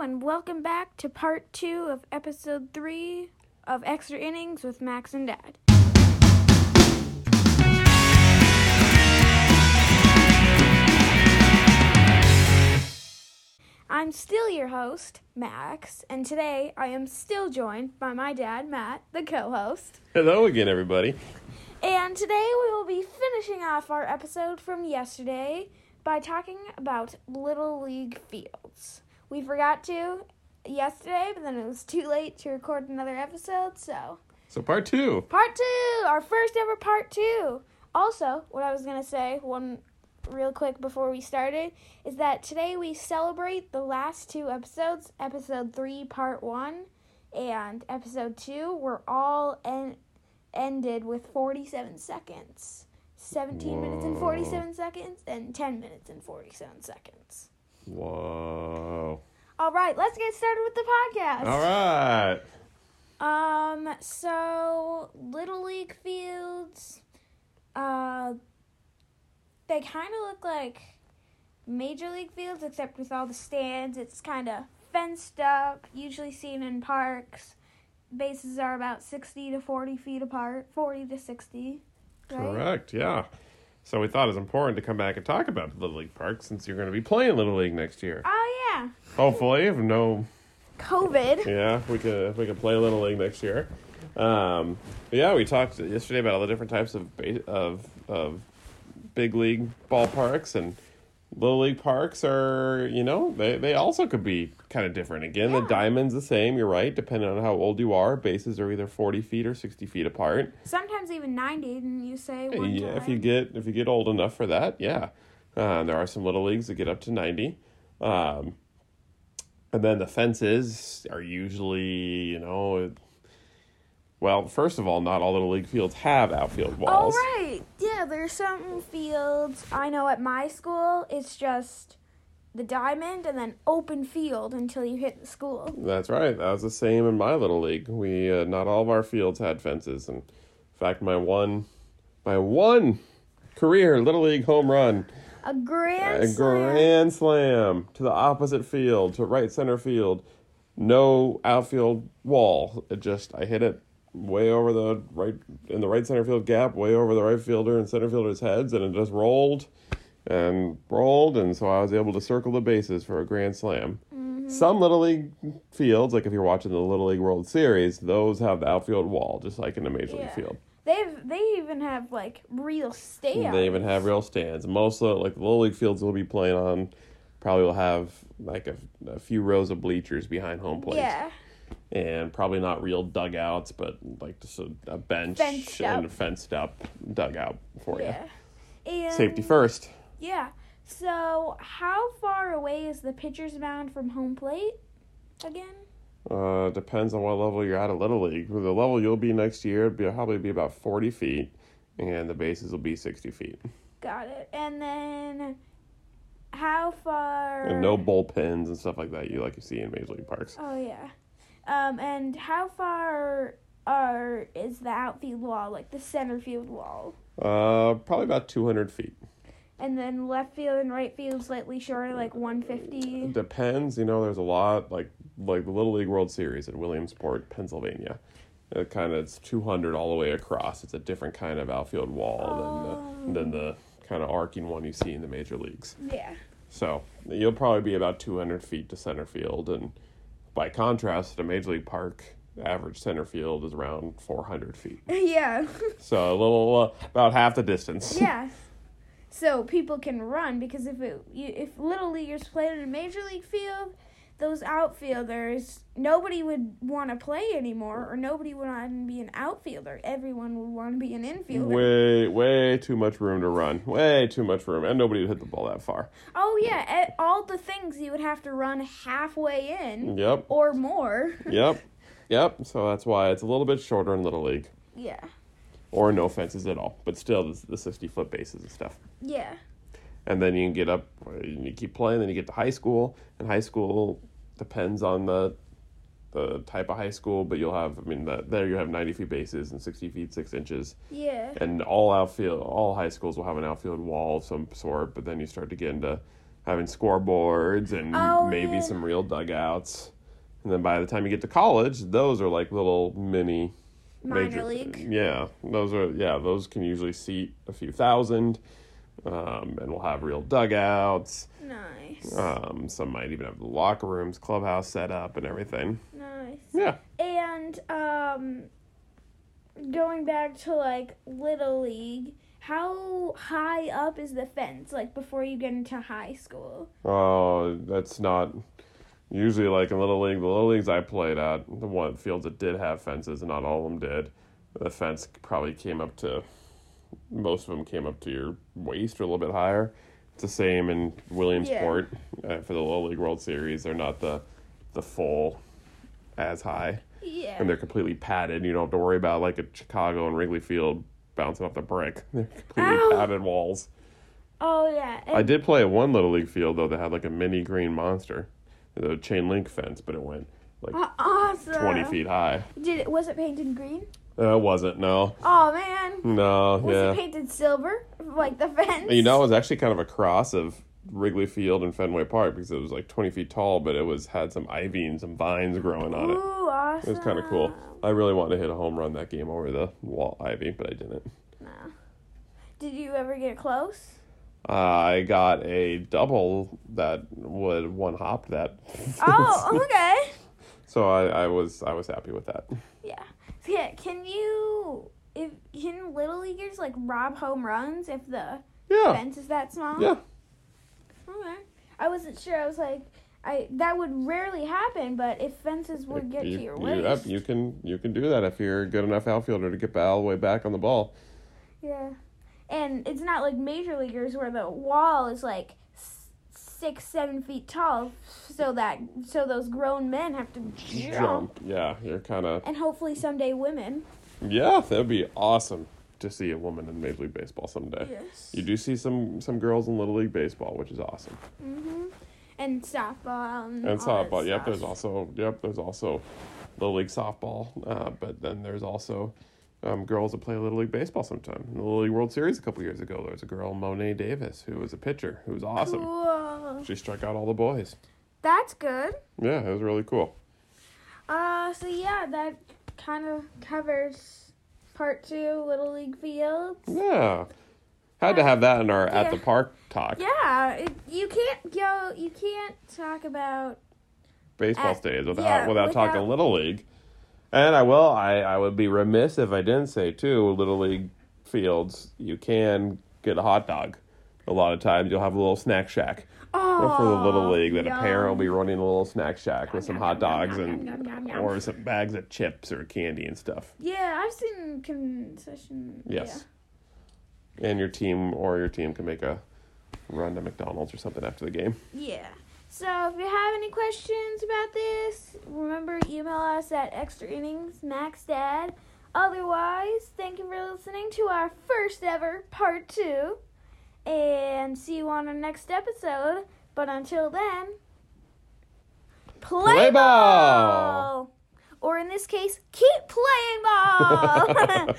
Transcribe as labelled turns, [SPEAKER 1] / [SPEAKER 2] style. [SPEAKER 1] and welcome back to part two of episode three of Extra Innings with Max and Dad. I'm still your host, Max, and today I am still joined by my dad, Matt, the co host.
[SPEAKER 2] Hello again, everybody.
[SPEAKER 1] And today we will be finishing off our episode from yesterday by talking about Little League Fields. We forgot to yesterday, but then it was too late to record another episode, so.
[SPEAKER 2] So, part two.
[SPEAKER 1] Part two! Our first ever part two! Also, what I was gonna say, one real quick before we started, is that today we celebrate the last two episodes episode three, part one, and episode two were all en- ended with 47 seconds. 17 minutes and
[SPEAKER 2] Whoa.
[SPEAKER 1] 47 seconds, and 10 minutes and 47 seconds.
[SPEAKER 2] Whoa.
[SPEAKER 1] All right, let's get started with the podcast.
[SPEAKER 2] All right.
[SPEAKER 1] Um, so Little League fields, uh, they kind of look like Major League fields, except with all the stands. It's kind of fenced up, usually seen in parks. Bases are about 60 to 40 feet apart, 40 to 60. Right?
[SPEAKER 2] Correct. Yeah. So, we thought it was important to come back and talk about Little League Park since you're going to be playing Little League next year.
[SPEAKER 1] Oh, yeah.
[SPEAKER 2] Hopefully, if no,
[SPEAKER 1] COVID.
[SPEAKER 2] yeah, we could if we could play Little League next year. Um, but yeah, we talked yesterday about all the different types of ba- of of big league ballparks and little league parks are you know they, they also could be kind of different again the
[SPEAKER 1] Yeah.
[SPEAKER 2] diamond's the same you're right depending on how old you are bases are either 40 feet or 60 feet apart
[SPEAKER 1] Sometimes even 90, and you say one
[SPEAKER 2] yeah, if
[SPEAKER 1] time.
[SPEAKER 2] you get if you get old enough for that, yeah. Um, there are some little leagues that get up to ninety, um, and then the fences are usually you know, it- well, first of all, not all little league fields have outfield
[SPEAKER 1] All
[SPEAKER 2] walls.
[SPEAKER 1] Oh, right. Yeah, there's some fields. I know at my school, it's just the diamond and then open field until you hit the school.
[SPEAKER 2] That's right. That was the same in my little league. We uh, not all of our fields had fences, and in fact, my one, my one career little league home run.
[SPEAKER 1] A grand
[SPEAKER 2] a
[SPEAKER 1] slam.
[SPEAKER 2] grand slam to the opposite field, to right center field. No outfield wall. It just I hit it way over the right in the right center field gap, way over the right fielder and center fielder's heads, and it just rolled and rolled, and so I was able to circle the bases for a grand slam.
[SPEAKER 1] Mm-hmm.
[SPEAKER 2] Some little league fields, like if you're watching the Little League World Series, those have the outfield wall, just like in a major league
[SPEAKER 1] Yeah.
[SPEAKER 2] field.
[SPEAKER 1] They've they even have like real stands.
[SPEAKER 2] They even have real stands. Most of like the little league fields we'll be playing on probably will have like a, a few rows of bleachers behind home plate.
[SPEAKER 1] Yeah.
[SPEAKER 2] And probably not real dugouts, but like just a, a bench
[SPEAKER 1] Fenced
[SPEAKER 2] and
[SPEAKER 1] up.
[SPEAKER 2] fenced up dugout for
[SPEAKER 1] Yeah. And
[SPEAKER 2] you. Oh, Safety first.
[SPEAKER 1] Yeah. So, how far away is the pitcher's mound from home plate again?
[SPEAKER 2] Uh, depends on what level you're at at Little League. The level you'll be next year will be, probably be about 40 feet, and the bases will be 60 feet.
[SPEAKER 1] Got it. And then how far
[SPEAKER 2] And no bullpens and stuff like that you like you see in Major League Parks.
[SPEAKER 1] Oh yeah. Um, and how far are is the outfield wall, like the center field wall?
[SPEAKER 2] Uh, probably about 200 feet.
[SPEAKER 1] And then left field and right field slightly shorter, like one fifty.
[SPEAKER 2] Depends, you know. There's a lot like like the Little League World Series at Williamsport, Pennsylvania. It kind of it's 200 all the way across. It's a different kind of outfield wall than the, than the kind of arcing one you see in the major leagues.
[SPEAKER 1] Yeah.
[SPEAKER 2] So you'll probably be about 200 feet to center field, and by contrast, at a major league park, average center field is around 400 feet.
[SPEAKER 1] yeah.
[SPEAKER 2] So a little uh, about half the distance.
[SPEAKER 1] yeah. So people can run because if it you, if little leaguers played in a major league field, those outfielders nobody would want to play anymore, or nobody would want to be an outfielder. Everyone would want to be an infielder.
[SPEAKER 2] Way, way too much room to run. Way too much room, and nobody would hit the ball that far.
[SPEAKER 1] Oh yeah, e- all the things you would have to run halfway in
[SPEAKER 2] Yep.
[SPEAKER 1] or more.
[SPEAKER 2] yep. Yep. So that's why it's a little bit shorter in Little League.
[SPEAKER 1] Yeah.
[SPEAKER 2] Or no fences at all. But still, the, the 60 foot bases and stuff.
[SPEAKER 1] Yeah.
[SPEAKER 2] And then you can get up, and you keep playing, then you get to high school. And high school depends on the the type of high school, but you'll have, I mean, the, there you have 90 feet bases and 60 feet, 6 inches.
[SPEAKER 1] Yeah.
[SPEAKER 2] And all outfield, all high schools will have an outfield wall of some sort, but then you start to get into having scoreboards and
[SPEAKER 1] Oh,
[SPEAKER 2] maybe
[SPEAKER 1] yeah.
[SPEAKER 2] some real dugouts. And then by the time you get to college, those are like little mini
[SPEAKER 1] Minor league.
[SPEAKER 2] Yeah, those are yeah, those can usually seat a few thousand. Um, and we'll have real dugouts.
[SPEAKER 1] Nice.
[SPEAKER 2] Um, some might even have the locker rooms, clubhouse set up, and everything.
[SPEAKER 1] nice.
[SPEAKER 2] Yeah.
[SPEAKER 1] And um going back to like little league, how high up is the fence like before you get into high school?
[SPEAKER 2] Oh, that's not usually like in little league. The little leagues I played at, the one fields that did have fences, not all of them did. The fence probably came up to most of them came up to your waist or a little bit higher. It's the same in Williamsport uh, for the little league World Series. They're not the the full as high, and
[SPEAKER 1] Yeah.
[SPEAKER 2] they're completely padded. You don't have to worry about like a Chicago and Wrigley Field bouncing off the brick. They're completely
[SPEAKER 1] Ow.
[SPEAKER 2] padded walls.
[SPEAKER 1] Oh yeah. And,
[SPEAKER 2] I did play at one little league field though that had like a mini green monster, the chain link fence, but it went like
[SPEAKER 1] Aw- awesome.
[SPEAKER 2] twenty feet high.
[SPEAKER 1] Did it was it painted green?
[SPEAKER 2] Uh, it wasn't. No,
[SPEAKER 1] Oh man.
[SPEAKER 2] no,
[SPEAKER 1] Was it
[SPEAKER 2] yeah.
[SPEAKER 1] painted silver? Like the fence?
[SPEAKER 2] You know, it was actually kind of a cross of Wrigley Field and Fenway Park because it was like twenty feet tall, but it was had some ivy and some vines growing on it.
[SPEAKER 1] Ooh, awesome.
[SPEAKER 2] It was kind of cool. I really wanted to hit a home run that game over the wall ivy, but I didn't.
[SPEAKER 1] Nah. Did you ever get close?
[SPEAKER 2] Uh, I got a double that would one hop that.
[SPEAKER 1] Oh, okay.
[SPEAKER 2] so I, I was I was happy with that.
[SPEAKER 1] Yeah. So, yeah, can you if can little leaguers like rob home runs if the
[SPEAKER 2] Yeah.
[SPEAKER 1] fence is that small?
[SPEAKER 2] Yeah.
[SPEAKER 1] Okay. I wasn't sure. I was like I that would rarely happen, but if fences would get
[SPEAKER 2] you,
[SPEAKER 1] to your
[SPEAKER 2] you-
[SPEAKER 1] waist.
[SPEAKER 2] yep, you can you can do that if you're a good enough outfielder to get all the way back on the ball.
[SPEAKER 1] Yeah. And it's not like major leaguers where the wall is like s- six, seven feet tall, so that so those grown men have to jump.
[SPEAKER 2] Jump. Yeah, you're kind of
[SPEAKER 1] And hopefully someday women.
[SPEAKER 2] yeah. That would be awesome to see a woman in Major League Baseball someday.
[SPEAKER 1] Yes.
[SPEAKER 2] Uh, You do see some some girls in Little League Baseball, which is awesome.
[SPEAKER 1] hmm And softball. And,
[SPEAKER 2] And
[SPEAKER 1] all that
[SPEAKER 2] softball. Yep,
[SPEAKER 1] stuff.
[SPEAKER 2] there's also yep, there's also Little League softball. Uh, but then there's also um, girls that play Little League baseball sometime. In the Little League World Series a couple years ago, there was a girl Monet Davis who was a pitcher who was awesome.
[SPEAKER 1] Cool.
[SPEAKER 2] She struck out all the boys.
[SPEAKER 1] That's good.
[SPEAKER 2] Yeah, it was really cool.
[SPEAKER 1] Uh, so yeah, that kind of covers part two, Little League Fields.
[SPEAKER 2] Yeah. Had to have that in our at
[SPEAKER 1] Uh, Yeah.
[SPEAKER 2] the park talk.
[SPEAKER 1] Yeah, it, you can't go. You can't talk about.
[SPEAKER 2] Baseball
[SPEAKER 1] At-
[SPEAKER 2] stays without
[SPEAKER 1] yeah,
[SPEAKER 2] without talking
[SPEAKER 1] without-
[SPEAKER 2] little league. And I will I, I would be remiss if I didn't say too, little league fields, you can get a hot dog. A lot of times you'll have a little snack shack
[SPEAKER 1] Oh,
[SPEAKER 2] for the little league that
[SPEAKER 1] yum.
[SPEAKER 2] a parent will be running a little snack shack with some hot dogs
[SPEAKER 1] Yum,
[SPEAKER 2] and
[SPEAKER 1] yum, yum, yum.
[SPEAKER 2] or some bags of chips or candy and stuff.
[SPEAKER 1] Yeah, I've seen concession.
[SPEAKER 2] Yes. And your team or your team can make a run to McDonald's or something after the game.
[SPEAKER 1] Yeah. yeah. So if you have any questions about this, remember email us at extra innings max dad. Otherwise, thank you for listening to our first ever part two, and see you on our next episode. But until then, play,
[SPEAKER 2] Play ball!
[SPEAKER 1] ball, or in this case, keep playing ball.